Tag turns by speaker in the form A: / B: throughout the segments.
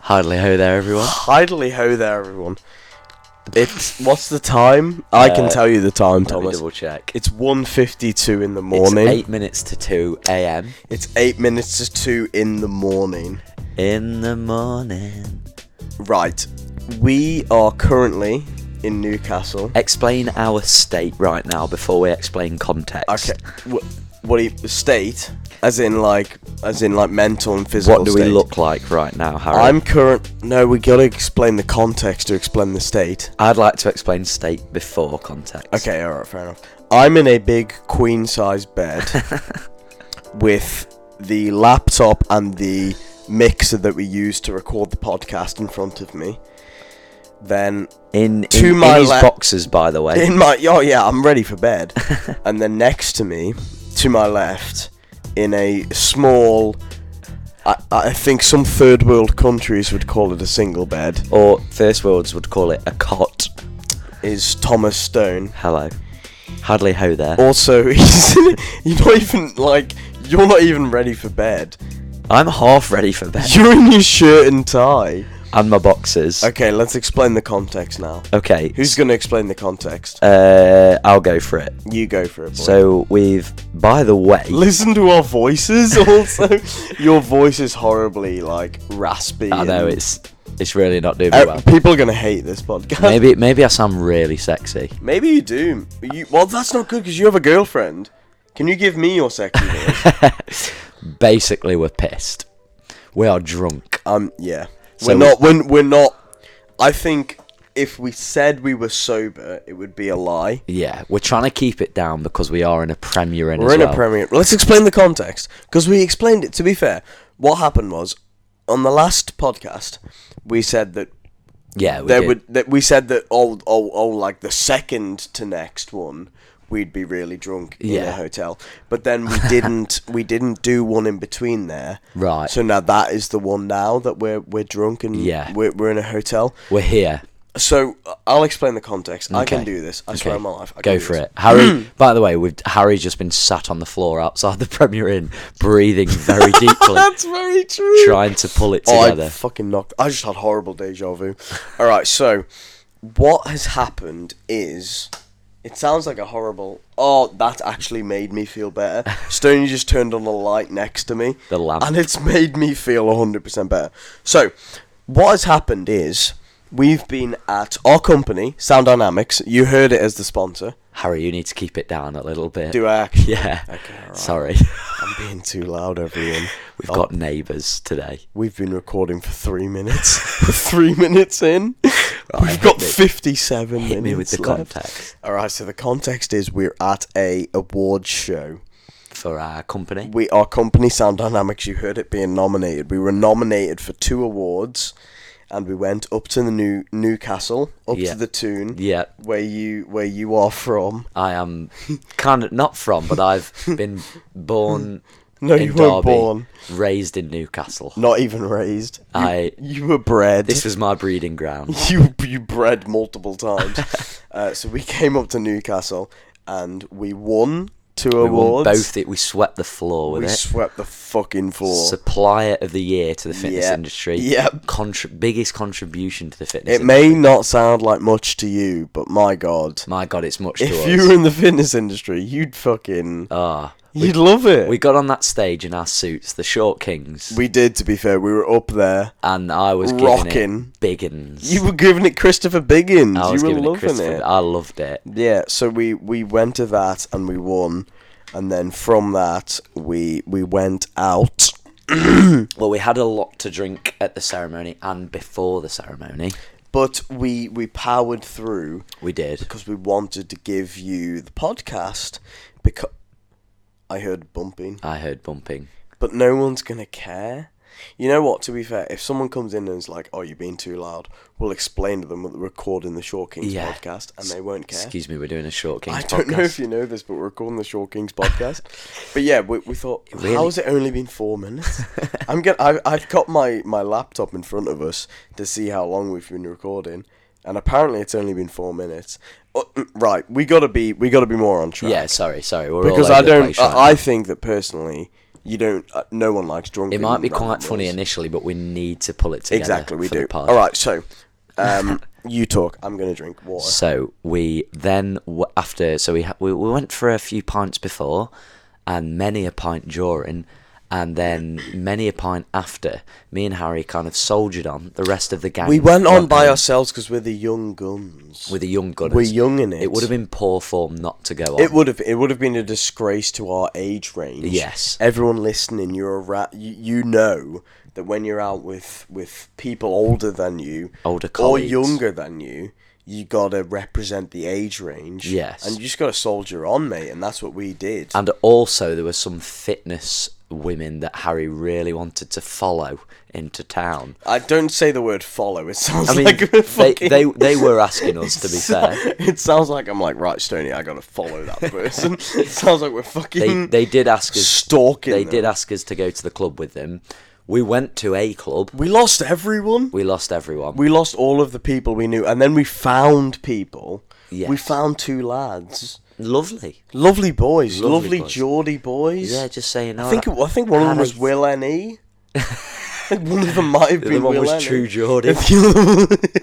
A: Hardly ho there, everyone.
B: Hidely ho there, everyone. It's what's the time? I can
A: Uh,
B: tell you the time,
A: Let me
B: Thomas.
A: double check.
B: It's 1.52 in the
A: It's
B: morning.
A: eight minutes to two a.m.
B: It's eight minutes to two in the morning.
A: in the morning.
B: Right. We are currently in Newcastle.
A: Explain our state right now before we explain context.
B: Okay. Wh- What do you, state? As in like, as in like mental and physical.
A: What do we
B: state.
A: look like right now, Harry?
B: I'm current. No, we gotta explain the context to explain the state.
A: I'd like to explain state before context.
B: Okay, all right, fair enough. I'm in a big queen size bed with the laptop and the mixer that we use to record the podcast in front of me. Then
A: In, in,
B: To
A: in
B: my
A: his
B: le-
A: boxes, by the way.
B: in my oh yeah, I'm ready for bed. and then next to me, to my left, in a small, I, I think some third world countries would call it a single bed,
A: or first worlds would call it a cot.
B: is Thomas Stone.
A: Hello. Hardly ho there.
B: Also, he's you're not even like you're not even ready for bed.
A: I'm half ready for bed.
B: You're in your shirt and tie.
A: and my boxes.
B: Okay, let's explain the context now.
A: Okay.
B: Who's gonna explain the context?
A: Uh, I'll go for it.
B: You go for it. Boy.
A: So we've, by the way,
B: listen to our voices. Also, your voice is horribly like raspy.
A: I know
B: and-
A: it's it's really not doing me
B: Uh,
A: well.
B: people are gonna hate this podcast.
A: Maybe maybe I sound really sexy.
B: Maybe you do. You, well, that's not good because you have a girlfriend. Can you give me your sexy voice?
A: Basically, we're pissed. We are drunk.
B: um, yeah.
A: So
B: we're
A: we-
B: not. We're, we're not. I think if we said we were sober, it would be a lie.
A: Yeah, we're trying to keep it down because we are in a Premier Inn.
B: We're
A: as
B: in
A: well.
B: a premiere. Let's explain the context because we explained it. To be fair, what happened was on the last podcast we said that
A: Yeah, we
B: there
A: did.
B: would that we said that oh oh oh like the second to next one we'd be really drunk in a
A: Yeah.
B: hotel, but then we didn't we didn't do one in between there.
A: Right.
B: So now that is the one now that we're we're drunk and
A: Yeah.
B: we're we're in a hotel.
A: We're here.
B: So uh, I'll explain the context. I can
A: Okay.
B: do this. I swear on my life. I
A: Go
B: can do
A: for
B: this. Hmm.
A: it, Harry. by the way, we've Harry's just been sat on the floor outside the Premier Inn, breathing very deeply,
B: That's very true.
A: trying to pull it
B: Oh,
A: together.
B: I fucking knocked. I just had horrible deja vu. All right, so what has happened is it sounds like a horrible. Oh, that actually made me feel better. Stoney just turned on the light next to me.
A: The lamp.
B: And it's made me feel 100% better. So, what has happened is we've been at our company, Sound Dynamics. You heard it as the sponsor.
A: Harry, you need to keep it down a little bit.
B: Do I actually?
A: Yeah.
B: Okay, Oh. alright.
A: Sorry.
B: I'm being too loud, everyone.
A: We've got neighbours today.
B: We've been recording for three minutes. We're three minutes in. We've got
A: me.
B: 57
A: Hit
B: minutes
A: me with the
B: left.
A: context
B: All right, so the context is we're at a awards show.
A: for our company.
B: We our company Sound Dynamics. You heard it being nominated. We were nominated for two awards, and we went up to the new Newcastle, up
A: Yeah.
B: to the tune
A: Yeah,
B: where you where you are from.
A: I am kind of not from, but I've been born
B: No,
A: in
B: you
A: Derby,
B: weren't born.
A: raised in Newcastle.
B: Not even raised. You,
A: I-
B: you were bred.
A: Uh, This was my breeding ground.
B: you you bred multiple times. uh, so we came up to Newcastle and we won two
A: We won
B: awards.
A: both it. We swept the floor with
B: we
A: it.
B: swept the fucking floor.
A: Supplier of the year to the fitness
B: Yeah.
A: industry.
B: Yep.
A: Contri- biggest contribution to the fitness.
B: it may not sound like much to you, but my god,
A: industry. My God, it's much to
B: if
A: us.
B: you were in the fitness industry, you'd fucking
A: Ah,
B: you'd love it.
A: we
B: We,
A: got on that stage in our suits, the short kings,
B: did, to be fair. We were up there.
A: and I was
B: Rocking.
A: giving it biggins.
B: You were giving it Christopher Biggins.
A: I was
B: you were
A: giving it
B: loving
A: Christopher.
B: it.
A: I loved it.
B: Yeah, so we we went to that and we won, and then from that we we went out.
A: Well, we had a lot to drink at the ceremony and before the ceremony.
B: but we we powered through
A: We did.
B: because we wanted to give you the podcast because I heard bumping,
A: I heard bumping.
B: but no one's gonna care. You know what? To be fair, if someone comes in and is like, "Oh, you're being too loud," we'll explain to them that we're recording the Short Kings
A: Yeah.
B: podcast, and they won't care.
A: Excuse me, we're doing a short Kings
B: I don't
A: podcast.
B: know if you know this, but we're recording the Short Kings podcast. but yeah, we, we thought,
A: really-
B: how's it only been four minutes? I'm gonna, I, I've got my, my laptop in front of us to see how long we've been recording, and apparently it's only been four minutes. Oh, mm, right, we gotta be we gotta be more on track.
A: Yeah, sorry, sorry. We're
B: because
A: all over
B: I
A: the
B: don't.
A: place right
B: I, I think that personally, You don't. Uh, no one likes drunk.
A: It might be
B: random
A: quite funny
B: noise.
A: initially, but we need to pull it together.
B: Exactly, we
A: for the
B: do.
A: pod.
B: All right, so um, you talk. I'm gonna drink water.
A: So we then w- after so we, ha- we we went for a few pints before, and many a pint during, and then many a pint after. Me and Harry kind of soldiered on. The rest of the gang.
B: We went on
A: got
B: by
A: in
B: ourselves because we're the young guns.
A: with the young gunners.
B: we're young in it.
A: It would have been poor form not to go on.
B: It would have. It would have been a disgrace to our age range.
A: Yes.
B: Everyone listening, you're a rat. You, you know that when you're out with with people older than you,
A: Older
B: or
A: colleagues.
B: younger than you, you gotta represent the age range.
A: Yes.
B: And you just gotta soldier on, mate. And that's what we did.
A: And also, there were some fitness women that Harry really wanted to follow into town.
B: I don't say the word follow. It sounds
A: I mean,
B: like we're
A: they,
B: fucking.
A: they they were asking us to be fair.
B: It sounds like I'm like right, Stony. I gotta follow that person. it sounds like we're
A: They
B: fucking
A: they did ask us.
B: stalking.
A: They
B: them.
A: did ask us to go to the club with them. We went to a club.
B: We lost everyone.
A: We lost everyone.
B: we lost all of the people we knew, and then we found people. We
A: Yes.
B: found two lads,
A: Lovely.
B: lovely boys,
A: Lovely
B: lovely,
A: boys.
B: Geordie boys.
A: Yeah, just saying. "Oh,
B: I think it, I think one of them was Will N E. one of them might have
A: The other
B: been
A: one
B: Will E.
A: was
B: N.E..
A: True Geordie.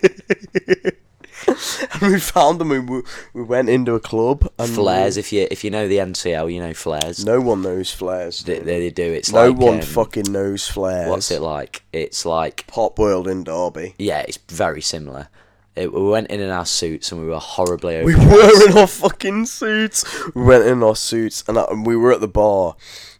B: And we found them. And we we went into a club. And
A: Flares. If you if you know the NCL, you know Flares.
B: No one knows flares.
A: They, they, they do. It's
B: no
A: like
B: one
A: um,
B: fucking knows flares.
A: What's it like? It's like
B: Pop World in Derby.
A: yeah, it's very similar. It, we went in in our suits and we were horribly
B: We
A: over.
B: were in our fucking suits. We went in our suits, and, I, and we were at the bar,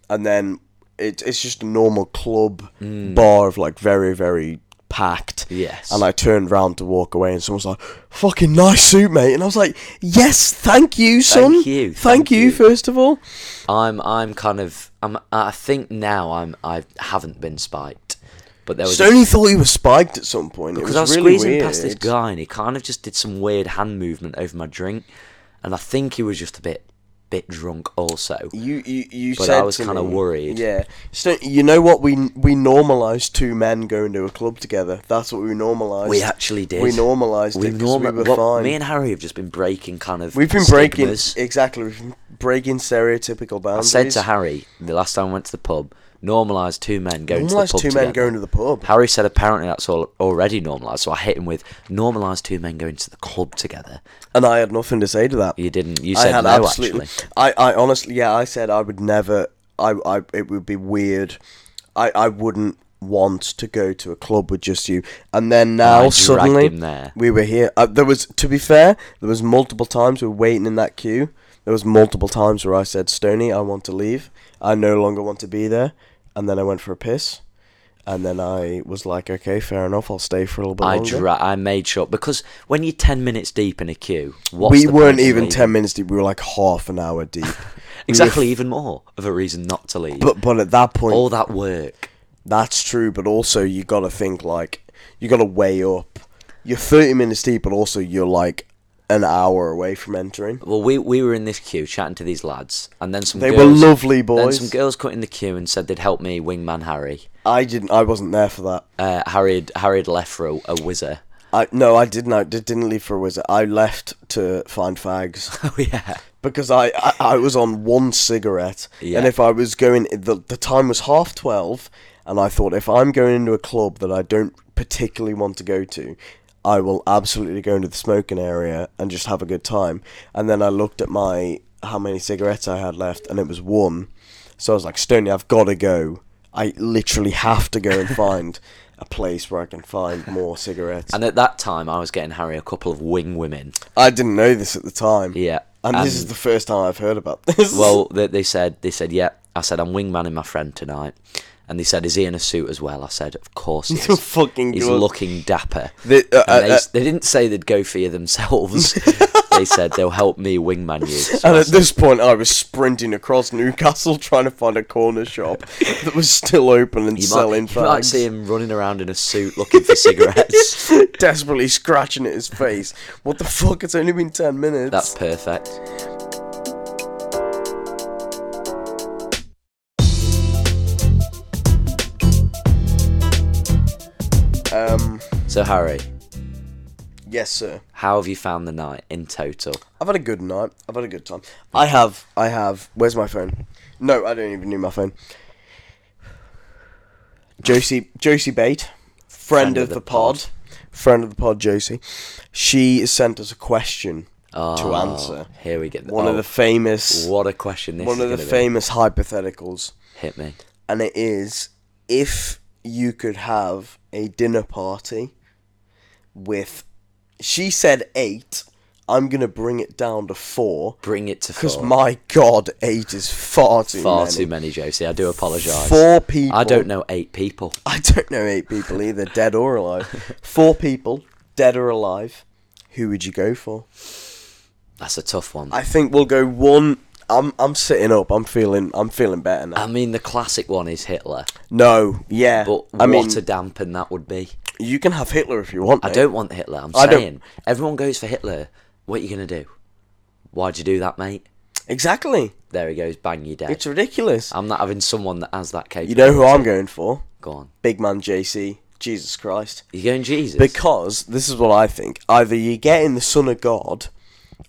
B: and then it, it's just a normal club bar of like very very packed.
A: Mm. Yes.
B: And I turned round to walk away, and someone's like, "Fucking nice suit, mate." And I was like, "Yes, thank you, son.
A: you,
B: Thank,
A: thank
B: you,
A: you."
B: First of all,
A: I'm I'm kind of I'm I think now I'm I haven't been spiked, but there was a
B: Stoney thought he was spiked at some point. Because
A: Because I was
B: really
A: squeezing past this
B: weird.
A: guy and he kind of just did some weird hand movement over my drink, and I think he was just a bit, bit drunk also.
B: You you you
A: But I
B: said
A: was
B: to
A: kinda
B: me-
A: worried.
B: Yeah, so you know what we we normalized two men going to a club together. That's what we normalized.
A: We actually did.
B: We normalized
A: We
B: it 'cause
A: normal.
B: we were
A: well,
B: fine.
A: Me and Harry have just been breaking kind of.
B: We've been breaking
A: stigmas.
B: exactly. We've been breaking stereotypical
A: I
B: boundaries.
A: said to Harry the last time I went to the pub, normalise two men going
B: normalized
A: to the pub
B: two
A: together.
B: men going to the pub.
A: Harry said apparently that's all already normalised, so I hit him with normalise two men going to the club together.
B: And I had nothing to say to that.
A: You didn't. You
B: I
A: said
B: had
A: no
B: absolutely.
A: actually.
B: I, I honestly, yeah, I said I would never. I, I, it would be weird. I, I wouldn't want to go to a club with just you. And then now
A: Oh, I dragged
B: suddenly
A: him there.
B: we were here. Uh, there was, to be fair, there was multiple times we were waiting in that queue. There was multiple times where I said, Stony, I want to leave. I no longer want to be there. And then I went for a piss. And then I was like, okay, fair enough. I'll stay for a little bit
A: I
B: longer.
A: dra- I made sure because when you're ten minutes deep in a queue, what's
B: we
A: the
B: weren't
A: point in
B: even
A: leaving?
B: 10 minutes deep. We were like half an hour deep.
A: Exactly, even more of a reason not to leave.
B: But but at that point,
A: All that work.
B: that's true. But also, you got to think like you got to weigh up. You're 30 minutes deep, but also you're like an hour away from entering.
A: Well, we we were in this queue chatting to these lads, and then some
B: They were
A: girls,
B: lovely
A: Then
B: boys.
A: some girls cut in the queue and said they'd help me wingman Harry.
B: I didn't. I wasn't there for that.
A: Uh, Harry had, Harry had left for a, a whizzer.
B: I no, I didn't. I did, didn't leave for a wizard. I left to find fags
A: Oh yeah,
B: because I I, I was on one cigarette,
A: Yeah.
B: and if I was going, the the time was half twelve, and I thought if I'm going into a club that I don't particularly want to go to. I will absolutely go into the smoking area and just have a good time. And then I looked at my how many cigarettes I had left, and it was one. So I was like, Stoney, I've got to go. I literally have to go and find a place where I can find more cigarettes.
A: and at that time I was getting Harry a couple of wing women.
B: I didn't know this at the time.
A: Yeah,
B: And this is the first time I've heard about this.
A: Well, they, they said they said yeah. I said I'm wingmanning my friend tonight, and they said is he in a suit as well? I said of course he
B: You're
A: is.
B: fucking
A: He's
B: good.
A: looking dapper.
B: The- uh,
A: And they,
B: uh,
A: s- they didn't say they'd go for you themselves. they said they'll help me wingman you. So
B: and
A: I
B: at this point, I was sprinting across Newcastle trying to find a corner shop that was still open and
A: You
B: selling
A: might, you might see
B: fags.
A: him running around in a suit looking for cigarettes.
B: Desperately scratching at his face. What the fuck? It's only been 10 minutes.
A: That's perfect.
B: Um,
A: So Harry,
B: yes, sir.
A: how have you found the night in total?
B: I've had a good night. I've had a good time. I have. I have. Where's my phone? No, I don't even need my phone. Josie Josie Bate, friend, of, the, pod, friend of the pod Josie. She has sent us a question to
A: Oh,
B: answer.
A: Here we get
B: One of the famous
A: What a question this
B: one
A: is
B: of the
A: gonna be.
B: famous hypotheticals
A: Hit me.
B: and it is if you could have a dinner party with she said 8, I'm going to bring it down to 4
A: Bring it to
B: cuz
A: four.
B: my god 8 is far too
A: Far
B: many.
A: too many, Josie. I do apologise.
B: Four people.
A: I don't know eight people.
B: I don't know eight people either, dead or alive. Four people, dead or alive. Who would you go for?
A: That's a tough one.
B: I think we'll go one. I'm I'm sitting up. I'm feeling I'm feeling better now.
A: I mean, the classic one is Hitler,
B: no, yeah.
A: but
B: I
A: what
B: mean,
A: a dampen that would be.
B: you can have Hitler if you want.
A: I don't want Hitler. I'm
B: I don't-
A: saying everyone goes for Hitler. What are you gonna do? Why'd you do that, mate?
B: exactly.
A: There he goes, bang you dead.
B: It's ridiculous.
A: I'm not having someone that has that capability.
B: you know who I'm going for?
A: Go on.
B: Big man JC. Jesus Christ.
A: You going Jesus?
B: Because this is what I think. Either you get in the Son of God,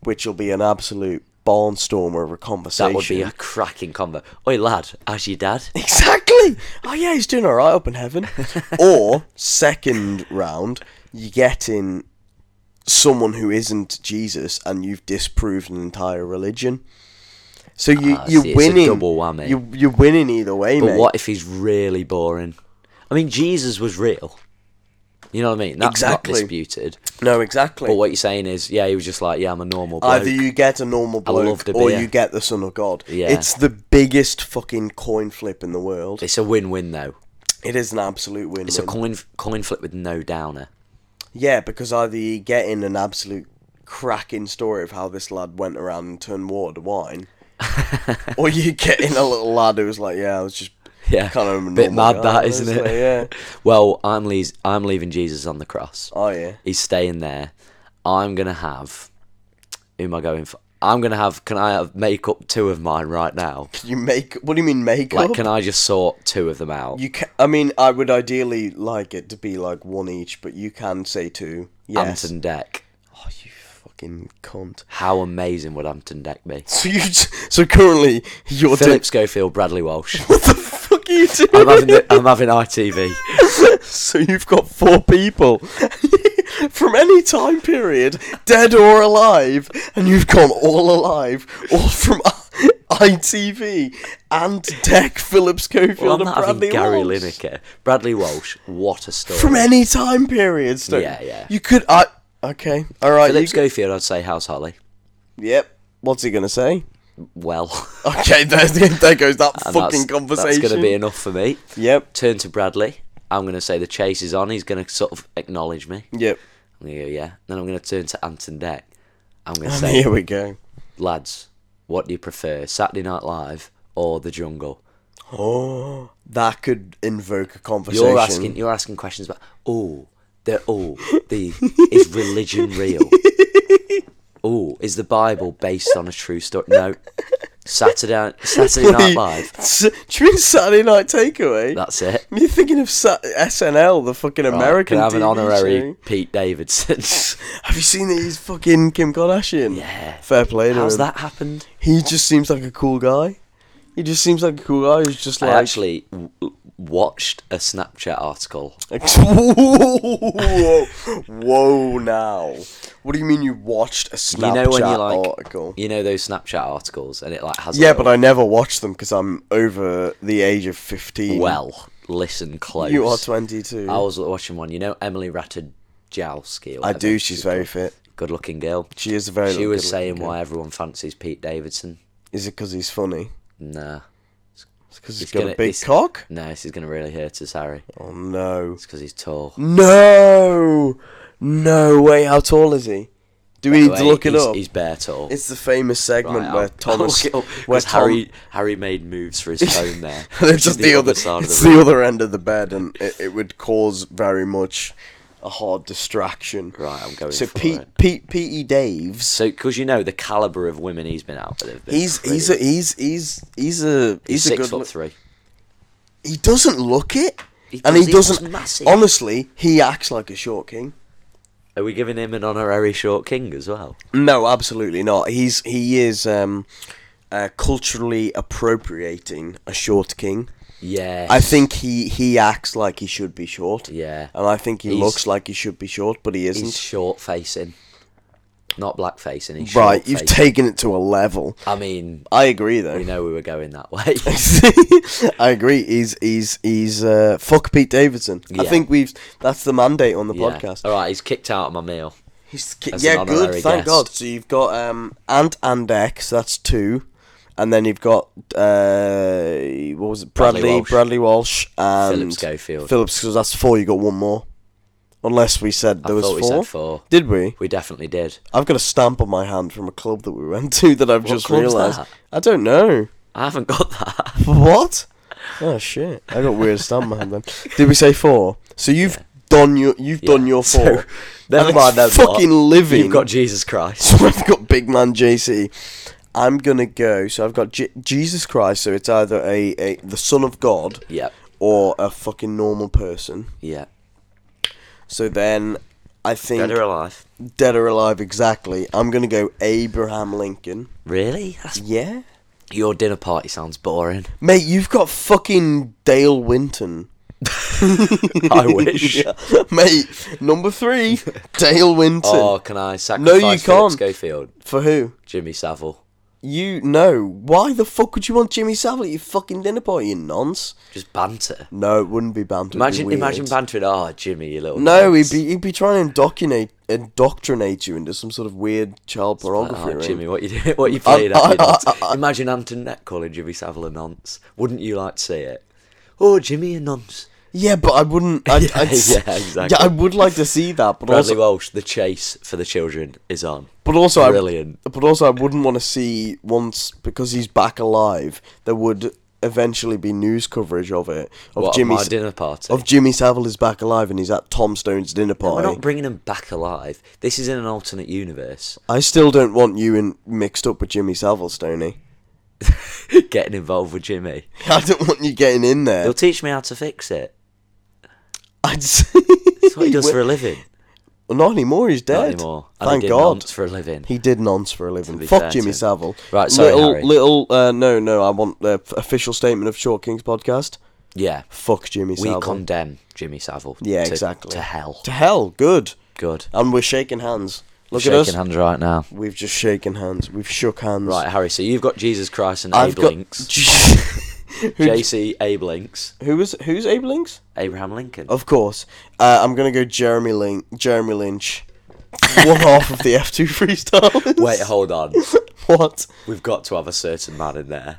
B: which will be an absolute barnstormer of a conversation.
A: that would be a cracking combo. Oi, lad, how's your dad?
B: Exactly. Oh yeah, he's doing all right up in heaven. or second round, you get in someone who isn't Jesus, and you've disproved an entire religion. So you
A: Ah, I
B: you're
A: see, it's a
B: winning.
A: double whammy.
B: You you're winning either way,
A: But
B: mate.
A: what if he's really boring? I mean, Jesus was real. You know what I mean? That's
B: Exactly.
A: not disputed.
B: no, exactly.
A: But what you're saying is, yeah, he was just like, yeah, I'm a normal bloke.
B: Either you get a normal
A: love
B: bloke,
A: the
B: or
A: beer.
B: you get the Son of God.
A: Yeah.
B: It's the biggest fucking coin flip in the world.
A: It's a win-win though.
B: It is an absolute win.
A: It's a coin coin flip with no downer.
B: Yeah, because either you get in an absolute cracking story of how this lad went around and turned water to wine, or you get in a little lad who was like, "Yeah, I was just
A: Yeah,
B: kind of a
A: bit
B: normal
A: mad
B: guy."
A: that, isn't
B: It's
A: it?
B: like, yeah.
A: well, I'm leas- I'm leaving Jesus on the cross.
B: Oh yeah.
A: He's staying there. I'm gonna have. Who am I going for? I'm gonna have. Can I have make up two of mine right now?
B: Can you make? What do you mean make
A: Like,
B: up?
A: can I just sort two of them out?
B: you can, I mean, I would ideally like it to be like one each, but you can say two. Yes.
A: Hampton Deck.
B: Oh, you fucking cunt.
A: How amazing would Hampton Deck be?
B: So you, j- so currently you're doing.
A: Philip Schofield, Bradley Walsh.
B: What the fuck are you
A: I'm
B: doing?
A: having, the, I'm having ITV.
B: So you've got four people from any time period, dead or alive, and you've gone all alive, all from ITV and Deck Phillips Cofield
A: Well, I'm
B: and
A: not
B: Bradley
A: having Gary
B: Walsh.
A: Lineker. Bradley Walsh. What a story.
B: From any time period, so
A: Yeah, yeah.
B: You could, I okay, all right.
A: Philip
B: you,
A: Schofield, I'd say House Holly.
B: yep. What's he gonna say?
A: Well,
B: Okay, there, there goes that
A: and
B: fucking
A: that's,
B: conversation.
A: That's going to be enough for me.
B: Yep.
A: Turn to Bradley. I'm going to say the chase is on. He's going to sort of acknowledge me.
B: Yep.
A: I'm going to go, yeah. Then I'm going to turn to Anton Deck. I'm going to
B: And
A: say,
B: here we go.
A: lads, what do you prefer, Saturday Night Live or The Jungle?
B: Oh, that could invoke a conversation.
A: You're asking, you're asking questions about, oh, they're all the is religion real? Oh, is the Bible based on a true story? No. Saturday Saturday Night Live.
B: S- do you mean Saturday Night Takeaway?
A: That's it.
B: You're thinking of Sa- SNL, the fucking American
A: Can I Oh, have an
B: TV
A: honorary
B: show.
A: Pete Davidson.
B: Have you seen that he's fucking Kim Kardashian?
A: Yeah.
B: Fair play to
A: How's
B: him.
A: that happened?
B: He just seems like a cool guy. He just seems like a cool guy who's just like.
A: I actually w- w- watched a Snapchat article.
B: whoa, whoa, now. What do you mean you watched a Snapchat
A: you know when you like,
B: article?
A: you know those Snapchat articles, and it like has. a
B: Yeah,
A: little-
B: but I never watched them because I'm over the age of 15.
A: well, listen close.
B: You are 22.
A: I was watching one. You know Emily Ratajkowski.
B: I do, she's very fit.
A: good-looking girl.
B: She is a very
A: She was
B: good-looking
A: saying
B: girl.
A: why everyone fancies Pete Davidson.
B: Is it because he's funny?
A: Nah,
B: Because he's
A: It's
B: got
A: gonna-
B: a big
A: it's-
B: cock?
A: no, this is gonna really hurt us, Harry.
B: Oh no.
A: It's because he's tall.
B: No! No way, how tall is he? Do we need
A: Wait,
B: to look it
A: he's,
B: up?
A: He's bare tall.
B: It's the famous segment
A: Right,
B: where
A: I'll-
B: Thomas.
A: I'll look it up,
B: where
A: 'cause
B: Tom-
A: Harry Harry made moves for his phone there. which
B: It's
A: is
B: just the, other,
A: side of
B: it's
A: the room.
B: the other end of the bed, and it, it would cause very much a hard distraction.
A: Right, I'm going
B: So
A: for
B: Pete,
A: it.
B: Pete, Pete Daves.
A: So, because you know the caliber of women he's been out with. have been
B: He's he's a
A: pretty-
B: he's he's he's a he's, a
A: six
B: good
A: foot
B: look-
A: three.
B: He doesn't look it,
A: He
B: and
A: does- he
B: he
A: looks
B: doesn't.
A: massive.
B: Honestly, he acts like a short king.
A: Are we giving him an honorary short king as well?
B: No, absolutely not. He's he is um, uh, culturally appropriating a short king.
A: Yeah.
B: I think he he acts like he should be short,
A: Yeah.
B: and I think he
A: He's-
B: looks like he should be short, but he
A: He's
B: isn't.
A: short facing, not black facing. He's
B: Right,
A: short
B: you've
A: facing.
B: taken it to a level.
A: I mean,
B: I agree, though.
A: we know we were going that way.
B: I agree. He's he's he's uh, fuck Pete Davidson. I
A: Yeah.
B: think we've that's the mandate on the
A: Yeah.
B: podcast.
A: All right, he's kicked out of my meal.
B: He's ki-
A: As an
B: yeah, good.
A: honorary
B: Thank
A: guest.
B: God. So you've got um Ant and X. That's two, and then you've got uh what was it? Bradley
A: Bradley
B: Bradley Walsh,
A: Walsh.
B: and
A: Philip Schofield.
B: Phillips. Because that's four. You got one more. Unless we said there
A: I
B: was
A: thought
B: four.
A: we said four.
B: Did we?
A: We definitely did.
B: I've got a stamp on my hand from a club that we went to that I've just
A: club's
B: realised.
A: that?
B: I don't know.
A: I haven't got that.
B: What? Oh shit! I got weird stamp man. Then did we say four? So you've done your you've done your
A: So,
B: four.
A: never
B: And
A: mind them lot.
B: Fucking living.
A: You've got Jesus Christ.
B: so I've got big man JC. I'm gonna go. So I've got J- Jesus Christ. So it's either a, a the Son of God
A: Yep.
B: or a fucking normal person.
A: Yeah.
B: So then I think
A: Dead or alive.
B: dead or alive exactly. I'm gonna go Abraham Lincoln.
A: Really? That's,
B: Yeah.
A: your dinner party sounds boring.
B: Mate, you've got fucking Dale Winton.
A: I wish.
B: Yeah. Mate, number three, Dale Winton.
A: Oh, can I sacrifice no, you
B: can't.
A: can't. Schofield?
B: For who?
A: Jimmy Savile.
B: You know. Why the fuck would you want Jimmy Savile at your fucking dinner party, you nonce?
A: Just banter.
B: No, it wouldn't be banter. it'd be
A: Imagine,
B: weird.
A: imagine bantering. Oh, Jimmy, you little.
B: No, he'd
A: nonce.
B: be, he'd be trying to indoctrinate, indoctrinate you into some sort of weird child
A: Oh,
B: pornography. ring.
A: Jimmy, what you doing? What you playing at?
B: I-
A: you nonce?
B: I- I-
A: Imagine Anton Net calling Jimmy Savile a nonce. Wouldn't you like to see it? Oh, Jimmy a nonce.
B: Yeah, but I wouldn't. I'd,
A: Yeah,
B: I'd, s-
A: yeah, exactly.
B: Yeah, I would like to see that, but
A: Bradley
B: also,
A: Walsh, the chase for the children is on.
B: but also,
A: Brilliant.
B: I, but also, I wouldn't want to see once because he's back alive. There would eventually be news coverage of it of
A: What,
B: Jimmy
A: at my
B: S-
A: dinner party?
B: of Jimmy Savile is back alive and he's at Tom Stone's dinner
A: We're
B: party.
A: not bringing him back alive. This is in an alternate universe.
B: I still don't want you in mixed up with Jimmy Savile, Stoney.
A: Getting involved with Jimmy.
B: I don't want you getting in there.
A: He'll teach me how to fix it.
B: I'd say
A: That's what he does for a living.
B: not anymore.
A: Not
B: He's dead.
A: anymore. And he
B: Thank
A: did
B: God.
A: nonce for a living.
B: He did nonce for a living.
A: be
B: Fuck
A: fair to
B: Jimmy
A: him.
B: Savile.
A: Right, sorry,
B: little,
A: Harry.
B: little. Uh, no, no. I want the f- official statement of Short Kings podcast.
A: Yeah.
B: Fuck Jimmy
A: We
B: Savile.
A: condemn Jimmy Savile.
B: Yeah,
A: to,
B: exactly.
A: To hell.
B: to hell. Good.
A: Good.
B: And we're shaking hands. Look
A: Shaking
B: at us.
A: hands right now.
B: We've just shaken hands. We've shook hands.
A: Right, Harry. So you've got Jesus Christ and
B: I've
A: Abe
B: got.
A: Links. JC Abe Links.
B: Who was who's Abe Links?
A: Abraham Lincoln.
B: Of course. Uh, I'm gonna go Jeremy Link Jeremy Lynch. One half of the F two freestyle.
A: Wait, hold on.
B: What?
A: We've got to have a certain man in there.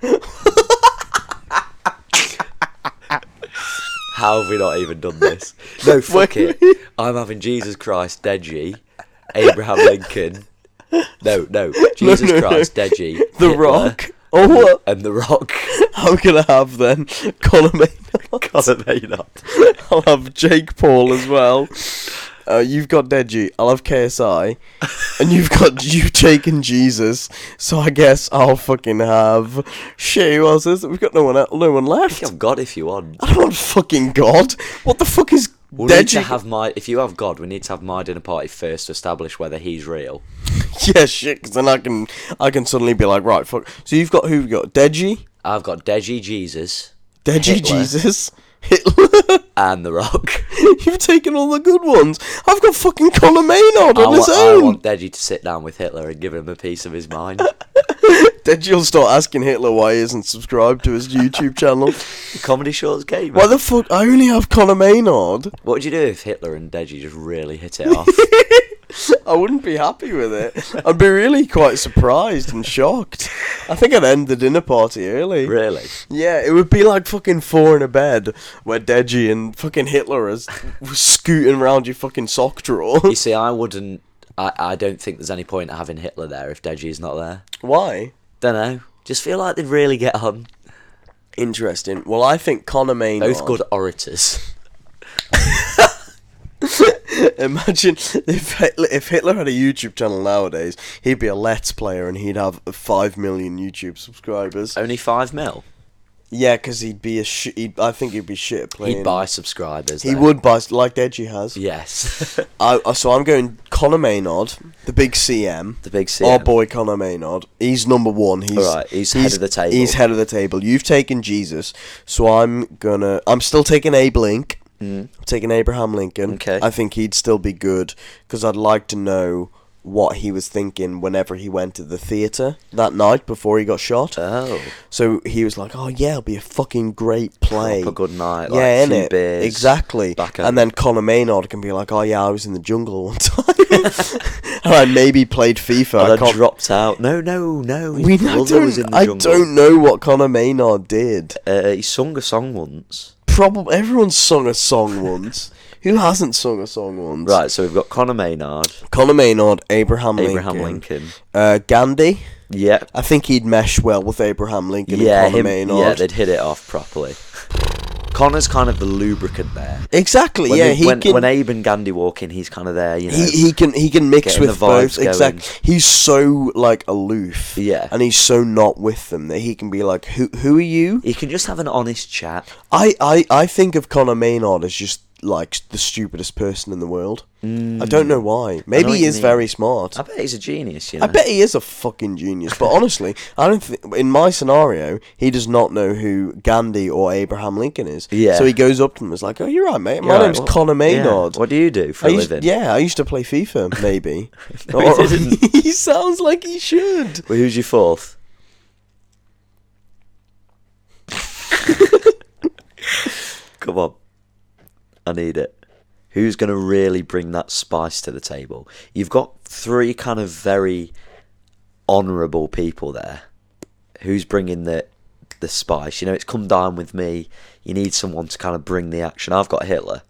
A: How have we not even done this? No, fuck it. I'm having Jesus Christ, Deji, Abraham Lincoln. No, no, Jesus
B: no, no.
A: Christ, Deji,
B: The
A: Hitler,
B: Rock. Or what?
A: and The Rock.
B: I'm gonna have then Colin Maynard.
A: Conor Maynard.
B: I'll have Jake Paul as well. Uh, you've got Deji. I'll have KSI, and you've got you Jake and Jesus. So I guess I'll fucking have shit. Who else is? it? We've got no one. el- No one
A: I
B: left.
A: think I've got if you want.
B: I don't want fucking God. What the fuck is
A: We need to
B: Deji?
A: have my. If you have God, we need to have my dinner party first to establish whether he's real.
B: yeah, shit. Because then I can I can suddenly be like, right, fuck. So you've got who? We got Deji,
A: I've got Deji Jesus
B: Deji
A: Hitler.
B: Jesus, Hitler.
A: and The Rock.
B: You've taken all the good ones. I've got fucking Colin Maynard
A: I
B: on his
A: wa- I
B: own.
A: want Deji to sit down with Hitler and give him a piece of his mind.
B: Deji will start asking Hitler why he isn't subscribed to his YouTube channel.
A: Comedy Shorts game.
B: Why
A: What?
B: the fuck? I only have Conor Maynard.
A: would you do if Hitler and Deji just really hit it off?
B: I wouldn't be happy with it. I'd be really quite surprised and shocked. I think I'd end the dinner party early.
A: really?
B: Yeah, it would be like fucking four in a bed where Deji and fucking Hitler is scooting around your fucking sock drawer.
A: You see, I wouldn't. I, I don't think there's any point in having Hitler there if Deji's not there.
B: Why?
A: Don't know. Just feel like they'd really get on.
B: Interesting. Well, I think Conor Maynard.
A: Both good orators.
B: Imagine if Hitler, if Hitler had a YouTube channel nowadays, he'd Uh, be a Let's Player and he'd have five million YouTube subscribers.
A: Only five mil.
B: Yeah, because he'd be a sh- he'd, I think he'd be shit at playing.
A: He'd buy subscribers.
B: He
A: though.
B: would buy like Deji has.
A: Yes.
B: I, I- so I'm going Conor Maynard, the big CM.
A: the big C.
B: Our Oh, boy Conor Maynard. He's number one. He's,
A: All right, he's head of the table.
B: He's head of the table. You've taken Jesus, so I'm gonna. I'm still taking Abe Link.
A: Mm.
B: I'm taking Abraham Lincoln.
A: Okay.
B: I think he'd still be good because I'd like to know what he was thinking whenever he went to the theater that night before he got shot.
A: Oh.
B: So he was like, "Oh yeah, it'll be a fucking great play."
A: Proper good night. Like,
B: yeah,
A: yeah,
B: in
A: few
B: it
A: beers.
B: exactly.
A: back home.
B: And then Conor Maynard can be like, "Oh yeah, I was in the jungle one time, and I maybe played FIFA." I
A: And I,
B: can't-
A: dropped out. No, no, no. His
B: we I
A: brother was in
B: don't.
A: the
B: I
A: jungle.
B: don't know what Conor Maynard did.
A: Uh, he sung a song once.
B: Probably everyone's sung a song once. Who hasn't sung a song once?
A: Right, so we've got Conor Maynard,
B: Conor Maynard, Abraham Lincoln,
A: Abraham Lincoln.
B: Uh, Gandhi.
A: Yeah.
B: I think he'd mesh well with Abraham Lincoln
A: Yeah,
B: and Conor
A: him, yeah,
B: Maynard.
A: they'd hit it off properly. Connor's kind of the lubricant there.
B: exactly.
A: When,
B: yeah,
A: they-
B: he
A: when,
B: can.
A: when Abe and Gandhi walk in, he's kind of there, you know.
B: he, he can he can mix
A: Getting the
B: with both
A: vibes
B: exactly
A: going.
B: he's so like aloof
A: Yeah.
B: and he's so not with them that he can be like who who are you
A: you can just have an honest chat.
B: i i, I think of connor maynard as just like the stupidest person in the world i don't know why maybe
A: what
B: he
A: you
B: is
A: mean.
B: very smart
A: Mm. I bet he's a genius, you know.
B: I bet he is a fucking genius, but honestly, I don't. Th- in my scenario, he does not know who Gandhi or Abraham Lincoln is.
A: Yeah.
B: So he goes up to him and is like, "Oh, you're right, mate. My
A: You're right,
B: name's
A: what-
B: Connor
A: yeah,
B: Maynard.
A: What do you do for
B: I
A: a
B: used,
A: living?
B: yeah, I used to play FIFA, maybe.
A: No, he
B: Or-
A: didn't.
B: he sounds like he should.
A: Well, who's your fourth? Come on. I need it. Who's going to really bring that spice to the table? You've got three kind of very honourable people there. Who's bringing the the spice? You know, it's come down with me. You need someone to kind of bring the action. I've got Hitler.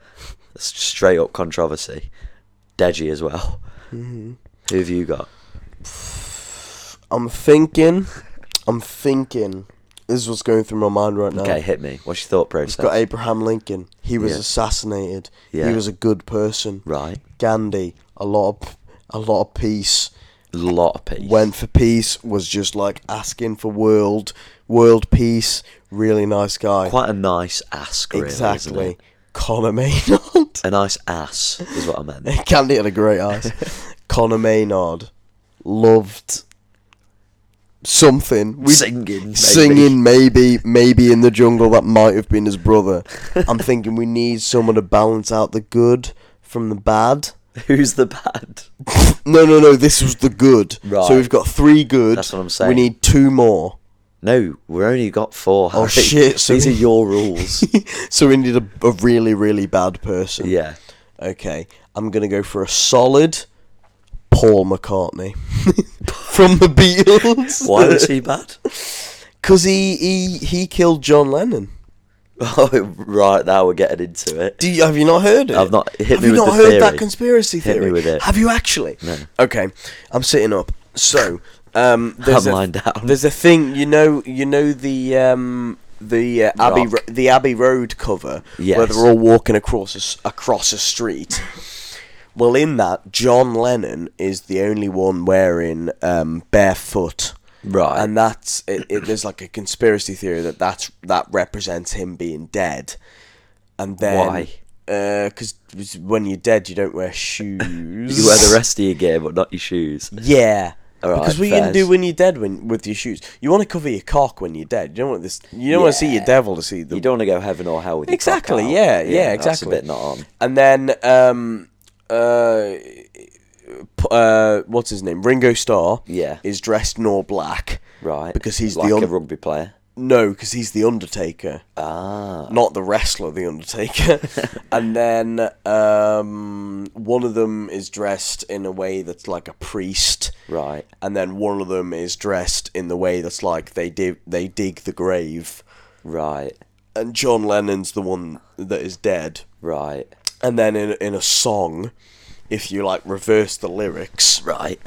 A: That's straight up controversy. Deji as well. Who have you got?
B: I'm thinking. I'm thinking. This is what's going through my mind right now.
A: Okay, hit me. What's your thought process?
B: Got Abraham Lincoln. He was
A: Yeah.
B: assassinated.
A: Yeah.
B: He was a good person.
A: Right.
B: Gandhi. A lot of, a lot of peace.
A: lot of peace.
B: Went for peace. Was just like asking for world, world peace. Really nice guy.
A: quite a nice ass, really,
B: exactly.
A: Isn't it?
B: Connor Maynard.
A: A nice ass is what I meant.
B: Gandhi had a great eyes. Connor Maynard loved something. We-
A: singing, maybe.
B: singing maybe maybe in the jungle that might have been his brother i'm thinking we need someone to balance out the good from the bad
A: Who's the bad?
B: no no no this was the good
A: Right.
B: so we've got three good
A: That's what I'm saying.
B: we need two more
A: No, we're only got four.
B: Oh,
A: Harry.
B: shit, so
A: These are
B: we-
A: your rules.
B: so we need a, a really really bad person
A: yeah.
B: okay i'm gonna go for a solid paul mccartney from the beatles
A: Why was he bad?
B: because he, he he killed john lennon
A: Oh, right. Now we're getting into it.
B: Do you, have you not heard it?
A: I've not- hit
B: have
A: me
B: you
A: with
B: not
A: the
B: heard that
A: theory.
B: conspiracy
A: Hit
B: theory?
A: me with it.
B: Have you actually?
A: No.
B: Okay, I'm sitting up. So, um, there's
A: I'm
B: a,
A: lying down.
B: there's a thing you know. You know the um, the uh, Abbey Ro-
A: Rock.
B: the Abbey Road cover where
A: Yes.
B: they're all walking across a, s- across a street. Well, in that, John Lennon is the only one wearing um, barefoot.
A: Right.
B: And that's it, it. There's like a conspiracy theory that that's, that represents him being dead, and then
A: Why?
B: Because when you're dead, you don't wear shoes.
A: You wear the rest of your gear, but not your shoes.
B: Yeah.
A: All right,
B: because what you gonna
A: fairs.
B: do when you're dead when with your shoes? You want to cover your cock when you're dead. You don't want this. You don't want to see your
A: Yeah.
B: devil to see the
A: You don't want to go heaven or hell with your cock
B: Exactly,
A: out.
B: yeah, yeah,
A: That's a
B: exactly.
A: bit not on.
B: And then, um, uh, p- uh, what's his name? Ringo Starr.
A: Yeah.
B: Is dressed in all black.
A: Right.
B: Because he's
A: like
B: the un-
A: a rugby player.
B: no, because he's the Undertaker,
A: Ah.
B: not the wrestler, the Undertaker. and then um, one of them is dressed in a way that's like a priest.
A: Right.
B: And then one of them is dressed in the way that's like they dig they dig the grave.
A: Right.
B: And John Lennon's the one that is dead.
A: Right.
B: and then in in a song, if you like reverse the lyrics,
A: Right.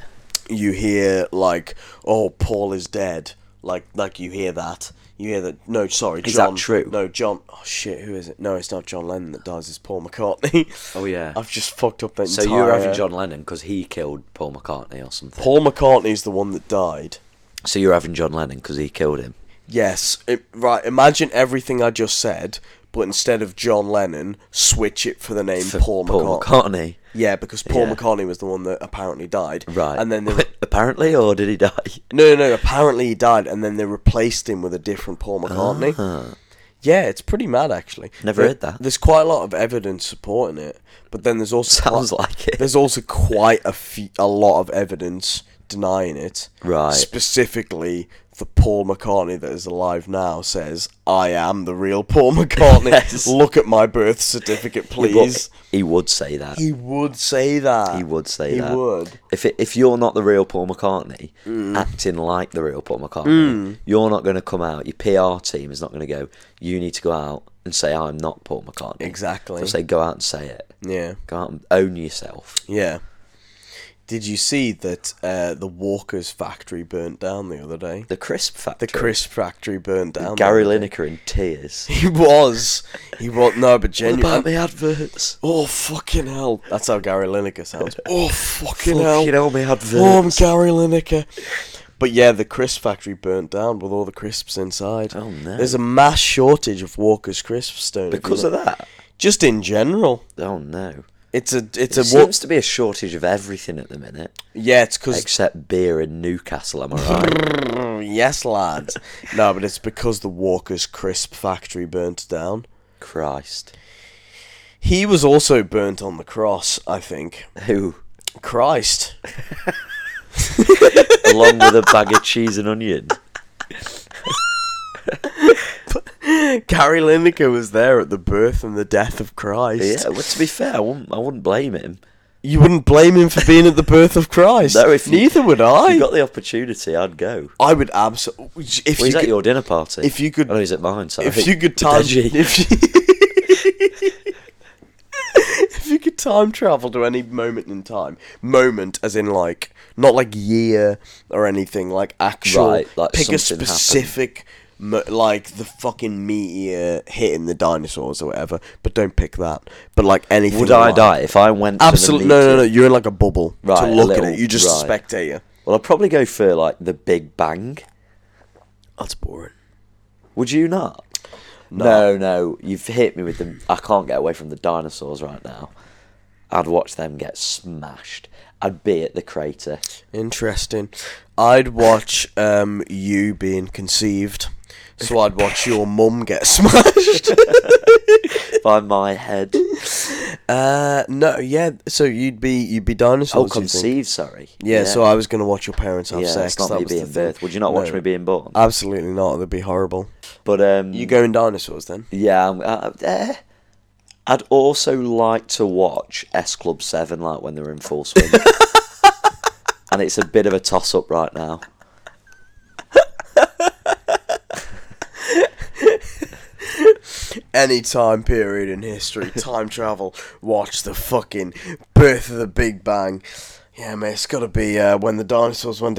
B: you hear like, "Oh, Paul is dead." Like like you hear that. You hear that. No, sorry,
A: Is
B: John.
A: that true?
B: No, John. Oh shit, who is it? No, it's not John Lennon that dies. It's Paul McCartney.
A: Oh, yeah.
B: I've just fucked up that
A: So
B: entire.
A: you were having John Lennon because he killed Paul McCartney or something.
B: Paul McCartney's the one that died.
A: So you're having John Lennon because he killed him.
B: Yes. It, right. Imagine everything I just said, but instead of John Lennon, switch it for the name
A: for
B: Paul, McCartney.
A: McCartney.
B: Yeah, because Paul
A: Yeah.
B: McCartney was the one that apparently died.
A: Right.
B: And then they re-
A: apparently, or did he die?
B: no, no, no. Apparently he died, and then they replaced him with a different Paul McCartney. Yeah, it's pretty mad actually.
A: Ah. Never
B: There-
A: heard that.
B: There's quite a lot of evidence supporting it, but then there's also
A: Sounds
B: quite-
A: like it.
B: There's also quite a fe- a lot of evidence denying it.
A: Right.
B: Specifically, the Paul McCartney that is alive now says, "I am the real Paul McCartney.
A: Yes.
B: Look at my birth certificate,
A: He would-
B: please."
A: He would say that.
B: he would say that.
A: He would say that.
B: He would. Mm.
A: If it, if you're not the real Paul McCartney, acting like the real Paul McCartney, you're not going to come out. Your PR team is not going to go. You need to go out and say I'm not Paul McCartney.
B: Exactly.
A: They'll say go out and say it.
B: Yeah.
A: Go out and own yourself.
B: Yeah. Did you see that uh, the Walker's factory burnt down the other day?
A: The crisp factory.
B: The crisp factory burned down. the
A: Gary
B: other day.
A: Lineker in tears.
B: He was. He was. No, but
A: About
B: genuinely.
A: the adverts.
B: Oh, fucking hell. That's how Gary Lineker sounds. Oh, fucking hell.
A: Fucking hell, me
B: Oh, I'm
A: adverts.
B: Gary Lineker. But yeah, the crisp factory burnt down with all the crisps inside.
A: Oh, no.
B: There's a mass shortage of Walker's crisps, don't you
A: because
B: know?
A: of that.
B: Just in general.
A: Oh no.
B: It's a. It's
A: There
B: a. Wa-
A: seems to be a shortage of everything at the minute,
B: yeah, it's because
A: except beer in Newcastle. Am I right?
B: Mm, yes, lads. no, but it's because the Walker's crisp factory burnt down.
A: Christ.
B: He was also burnt on the cross, I think.
A: Who?
B: Christ.
A: Along with a bag of cheese and onion.
B: Gary Lineker was there at the birth and the death of Christ.
A: Yeah. Well, to be fair, I wouldn't. I wouldn't blame him.
B: You wouldn't blame him for being at the birth of Christ.
A: No, if you-
B: neither would
A: If
B: I.
A: you got the opportunity, I'd go.
B: I would absolutely. If
A: Well,
B: you
A: he's at
B: could,
A: your dinner party.
B: if you could-
A: oh, he's at mine. Sorry.
B: if you could time,
A: Veggie.
B: if you, if you could time travel to any moment in time, moment as in like not like year or anything, like actual.
A: Right, like
B: pick a
A: something happened.
B: specific. mo- Like the fucking meteor hitting the dinosaurs or whatever, but don't pick that. But like anything,
A: would I
B: like-
A: die if I went? To
B: Absolutely,
A: the
B: no,
A: meeting?
B: no, no. You're in like a bubble
A: Right,
B: to
A: a
B: look at
A: little-
B: it. You're just a
A: right.
B: spectator.
A: Well, I'd probably go for like the Big Bang.
B: That's boring.
A: Would you not? No, no, you've hit me with the. I can't get away from the dinosaurs right now. I'd watch them get smashed. I'd be at the crater.
B: Interesting. I'd watch um you being conceived, so I'd watch your mum get smashed.
A: by my head.
B: Oh, Uh, no, yeah. So you'd be you'd be dinosaurs.
A: Oh,
B: you'd think.
A: conceived, sorry.
B: Yeah, So I was gonna watch your parents have
A: yeah,
B: sex.
A: it's not
B: that
A: me
B: was the
A: being
B: thing.
A: birthed. Would you not watch
B: No,
A: me being born?
B: Absolutely not. That'd be horrible.
A: but um,
B: You going dinosaurs then?
A: Yeah, I'm, I, eh. I'd also like to watch S Club Seven, like when they're in full swing. and it's a bit of a toss up right now.
B: Any time period in history, time travel. Watch the fucking birth of the Big Bang. Yeah, mate. It's gotta be uh, when the dinosaurs went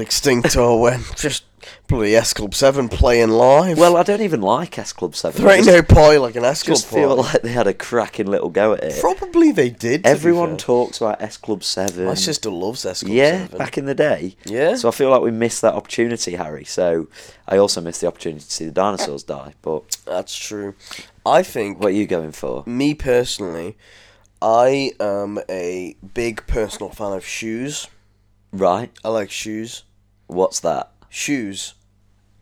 B: extinct, or when just bloody S Club Seven playing live.
A: Well, I don't even like S Club Seven.
B: There
A: I
B: ain't
A: just,
B: no pie like an S Club
A: just feel
B: pie.
A: like they had a cracking little go at it.
B: Probably they did. to be
A: Everyone
B: fair.
A: talks about S Club Seven.
B: My sister loves S Club
A: yeah,
B: 7.
A: back in the day.
B: Yeah.
A: So I feel like we missed that opportunity, Harry. So I also missed the opportunity to see the dinosaurs die. But
B: That's true. I think
A: what are you going for?
B: me personally, I am a big personal fan of shoes.
A: Right.
B: I like shoes.
A: What's that?
B: Shoes.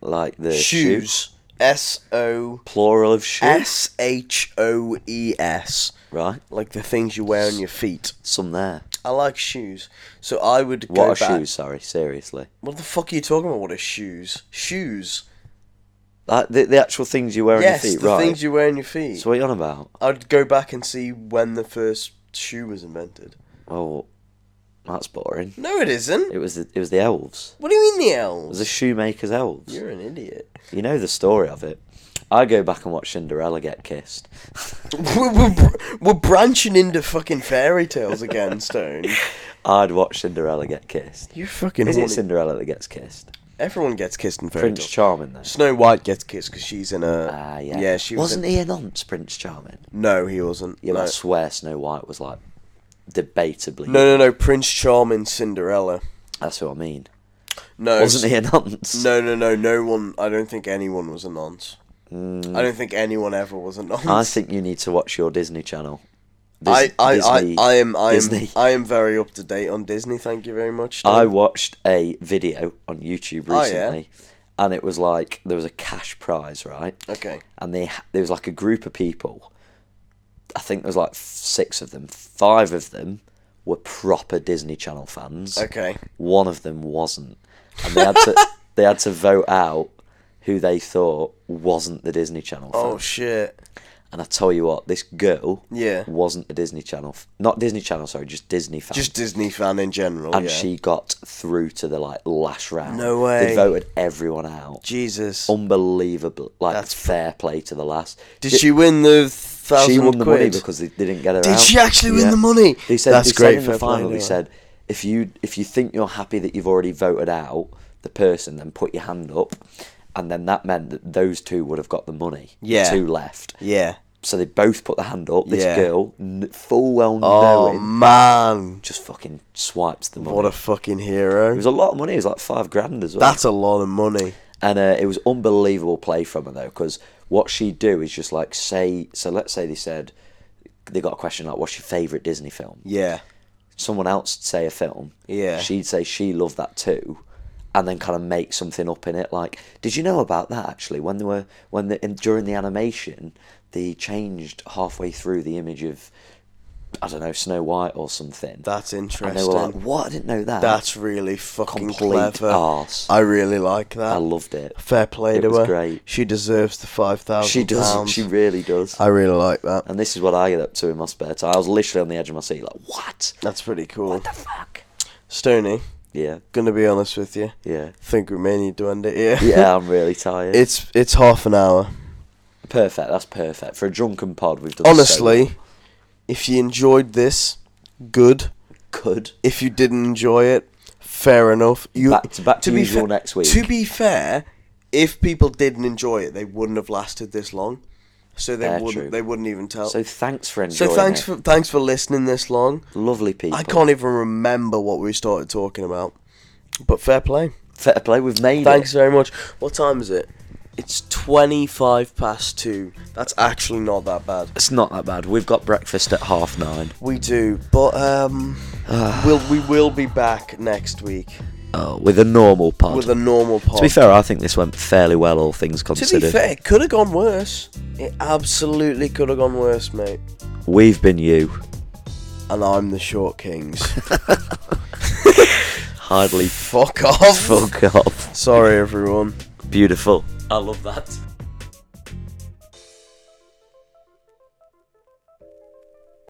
A: Like the shoe?
B: Shoes. S O
A: Plural of shoe.
B: S H O E S.
A: Right.
B: Like the things you wear on your feet.
A: Some there.
B: I like shoes. So I would
A: What
B: go
A: are
B: back-
A: shoes? Sorry, seriously.
B: What the fuck are you talking about? What are shoes? Shoes.
A: Like the, the actual things you wear
B: yes,
A: on your feet,
B: the
A: right?
B: things you wear on your feet.
A: So what are you on about?
B: I'd go back and see when the first shoe was invented.
A: Oh, that's boring.
B: No, it isn't.
A: It was the, it was the elves.
B: What do you mean the
A: It
B: elves?
A: was the shoemaker's elves.
B: You're an idiot.
A: You know the story of it. I go back and watch Cinderella get kissed.
B: we're, we're, br- we're branching into fucking fairy tales again, Stone.
A: I'd watch Cinderella get kissed.
B: You're fucking
A: Is it
B: horny.
A: Cinderella that gets kissed?
B: Everyone gets kissed in fairy
A: Prince
B: tales.
A: Charming, though.
B: Snow White gets kissed because she's in a.
A: Ah, yeah.
B: Yeah, she was.
A: wasn't
B: in-
A: he an aunt's Prince Charming?
B: No, he wasn't.
A: Yeah, but
B: no.
A: I swear Snow White was like debatably.
B: no, no, no. Prince Charming, Cinderella.
A: That's what I mean.
B: No,
A: Wasn't he a nonce?
B: No, no, no, no one. I don't think anyone was a nonce. I don't think anyone ever was a nonce.
A: Mm. I think you need to watch your Disney Channel.
B: I,
A: Dis-
B: I,
A: Disney-
B: I, I am I am
A: Disney.
B: I am very up to date on Disney. Thank you very much.
A: I
B: Tom.
A: watched a video on YouTube
B: Oh, yeah?
A: recently, and it was like there was a cash prize, right?
B: okay.
A: And they ha- there was like a group of people. I think there was like f- six of them. Five of them were proper Disney Channel fans.
B: Okay.
A: One of them wasn't, and they had to they had to vote out who they thought wasn't the Disney Channel fan.
B: Oh shit.
A: And I tell you what, this girl
B: Yeah.
A: wasn't a Disney Channel, f- not Disney Channel, sorry, just Disney fan.
B: Just Disney fan in general.
A: and
B: yeah.
A: she got through to the like last round.
B: No way.
A: They voted everyone out.
B: Jesus.
A: Oh, Unbelievable! Like
B: That's-
A: fair play to the last.
B: Did she win the thousand
A: She won the money
B: quid?
A: because they didn't get her
B: Did
A: out.
B: she actually win
A: Yeah.
B: the money?
A: They said
B: That's
A: they
B: great.
A: Said in
B: fair
A: the
B: play
A: final,
B: to
A: they
B: her.
A: said if you if you think you're happy that you've already voted out the person, then put your hand up. And then that meant that those two would have got the money.
B: Yeah.
A: Two left.
B: Yeah.
A: So they both put their hand up. This
B: Yeah.
A: girl, n- full well
B: Oh
A: knowing,
B: man,
A: just fucking swipes the money.
B: what a fucking hero.
A: it was a lot of money. It was like five grand as well.
B: That's a lot of money.
A: And uh, it was unbelievable play from her though, because what she'd do is just like say, so let's say they said they got a question like, "What's your favourite Disney film?"
B: Yeah.
A: Someone else would say a film.
B: Yeah.
A: She'd say she loved that too, and then kind of make something up in it. Like, did you know about that actually? When they were when the, in, during the animation, they changed halfway through the image of I don't know Snow White or something.
B: That's
A: and
B: interesting.
A: they were like, "What? I didn't know that."
B: That's really fucking
A: complete
B: clever.
A: arse.
B: I really like that.
A: I loved it.
B: Fair play
A: It
B: to
A: was
B: her.
A: great.
B: She deserves the five thousand.
A: She does. She Uh, really does.
B: I really like that.
A: And this is what I get up to in my spare time. I was literally on the edge of my seat, like, what?
B: That's pretty cool.
A: What the fuck?
B: Stoney,
A: Yeah,
B: gonna be honest with you.
A: yeah.
B: Think we may need to end it here.
A: Yeah, I'm really tired.
B: it's it's half an hour.
A: perfect. That's perfect. For a drunken pod, we've done so
B: Honestly, if you enjoyed this, good.
A: good.
B: If you didn't enjoy it, fair enough. You
A: Back to- back to
B: be
A: usual
B: fa-
A: next week.
B: To be fair, if people didn't enjoy it, they wouldn't have lasted this long. So they
A: Fair,
B: wouldn't
A: true.
B: they wouldn't even tell.
A: So thanks for
B: So
A: enjoying
B: thanks
A: it.
B: for thanks for listening this long.
A: Lovely people.
B: I can't even remember what we started talking about. But fair play.
A: Fair play. We've made
B: Thanks
A: it.
B: very much. What time is it? It's 25 past 2. That's actually not that bad.
A: It's not that bad. We've got breakfast at half nine.
B: We do, but um
A: Ah.
B: we'll we will be back next week
A: Oh, with a normal pod.
B: with a normal pod.
A: to be fair, I think this went fairly well, all things
B: To be
A: considered.
B: fair, it could have gone worse. It absolutely could have gone worse, mate.
A: We've been you.
B: And I'm the short kings.
A: Hardly
B: Fuck off.
A: fuck off.
B: Sorry everyone.
A: Beautiful. I love that.